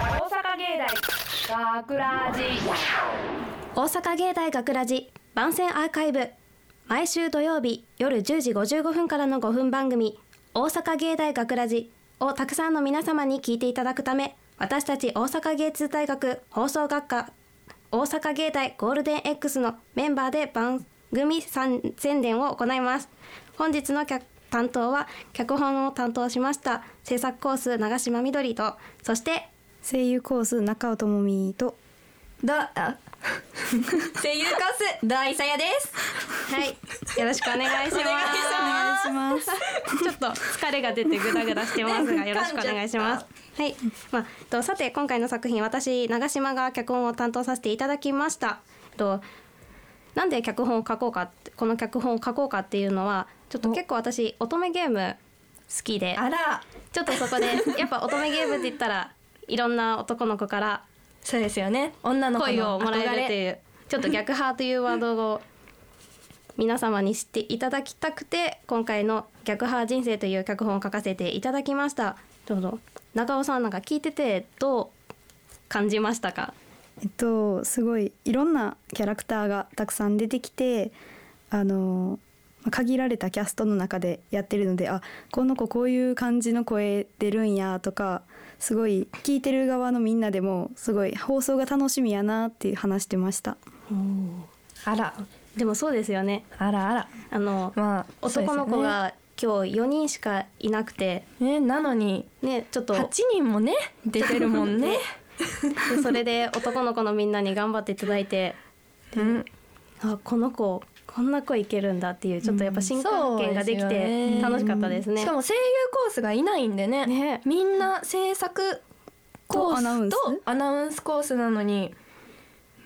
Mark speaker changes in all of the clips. Speaker 1: 芸大学ラジ
Speaker 2: 大阪芸大学ラジ番宣アーカイブ毎週土曜日夜10時55分からの5分番組「大阪芸大学ラジをたくさんの皆様に聞いていただくため私たち大阪芸術大学放送学科大阪芸大ゴールデン X のメンバーで番組参宣伝を行います本日の脚担当は脚本を担当しました制作コース長島みどりとそして
Speaker 3: 声優コース中尾智美と
Speaker 4: だあ声優コース大さやです
Speaker 2: はい、よろしくお願いします。ちょっと疲れが出てグダグダしてますが、よろしくお願いします。はい、まあ、えっと、さて、今回の作品、私、長島が脚本を担当させていただきました。えっと、なんで脚本を書こうかって、この脚本を書こうかっていうのは、ちょっと結構私、乙女ゲーム好きで。
Speaker 4: ら
Speaker 2: ちょっとそこで、やっぱ乙女ゲームって言ったら、いろんな男の子から
Speaker 4: そうですよね女の子
Speaker 2: 恋
Speaker 4: の
Speaker 2: をもらえ
Speaker 4: 憧
Speaker 2: ると
Speaker 4: れ
Speaker 2: いうちょっと逆派というワードを皆様に知っていただきたくて今回の「逆派人生」という脚本を書かせていただきましたどうぞ中尾さんなんか聞いててどう感じましたか
Speaker 3: えっとすごいいろんなキャラクターがたくさん出てきてあのまあ限られたキャストの中でやってるのであこの子こういう感じの声出るんやとかすごい聞いてる側のみんなでもすごい放送が楽しみやなって話してました。
Speaker 4: あら
Speaker 2: でもそうですよね
Speaker 4: あらあら
Speaker 2: あの、
Speaker 4: まあ
Speaker 2: 男の子が今日4人しかいなくて
Speaker 4: ねなのに
Speaker 2: ねちょっと
Speaker 4: 8人もね出てるも んね
Speaker 2: で それで男の子のみんなに頑張っていただいて
Speaker 4: うん
Speaker 2: あこの子こんな子いけるんだっていうちょっとやっぱ新
Speaker 4: そう
Speaker 2: 発
Speaker 4: です
Speaker 2: 見が
Speaker 4: よね
Speaker 2: できて楽しかったですね。
Speaker 4: しかも声優コースがいないんでね
Speaker 2: ね
Speaker 4: みんな制作コースとアナウンスコースなのに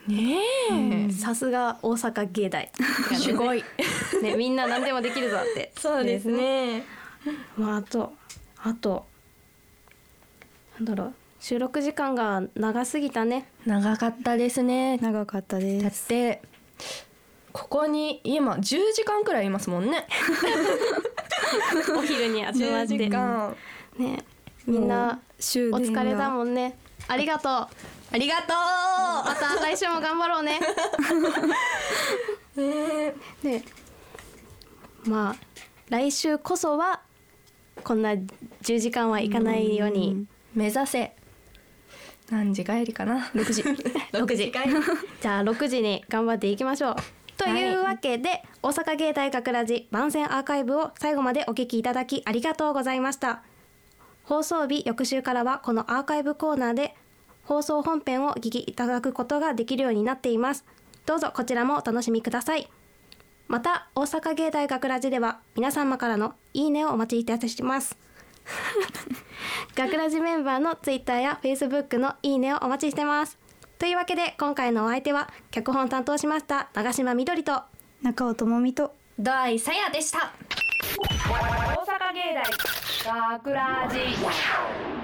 Speaker 4: ねえ、
Speaker 2: さすが大阪芸 大、
Speaker 4: すごい
Speaker 2: ね、みんな何でもできるぞって。
Speaker 4: そうですね
Speaker 2: まあ、あとあとなんだろう収録時間が長すぎた ね。
Speaker 4: 長かったですねだ
Speaker 3: 長かったで
Speaker 4: っ
Speaker 3: す。
Speaker 4: てここに今10時間くらいいますもんね
Speaker 2: お昼に集まって
Speaker 4: 10時間
Speaker 2: ねみんな
Speaker 3: 終
Speaker 2: お
Speaker 3: 電が
Speaker 2: 疲れだもんね。ありがとう。
Speaker 4: ありがと
Speaker 2: また来週も頑張ろう ね。
Speaker 4: うねえ
Speaker 2: でまあ来週こそはこんな10時間はいかないように。
Speaker 4: 目指せ 何時帰りかな
Speaker 2: 6時 6時じゃあ6時に頑張っていきましょうというわけで、大阪芸大学ラジ番宣アーカイブを最後までお聞きいただきありがとうございました放送日翌週からはこのアーカイブコーナーで放送本編をお聞きいただくことができるようになっていますどうぞこちらもお楽しみくださいまた大阪芸大学ラジでは皆様からのいいねをお待ちいたします学ラジメンバーのツイッターやフェイスブックのいいねをお待ちしてますというわけで今回のお相手は脚本を担当しました長島みどりと
Speaker 3: 中尾智美と
Speaker 4: 大さやでした
Speaker 1: 大阪芸大学ラジ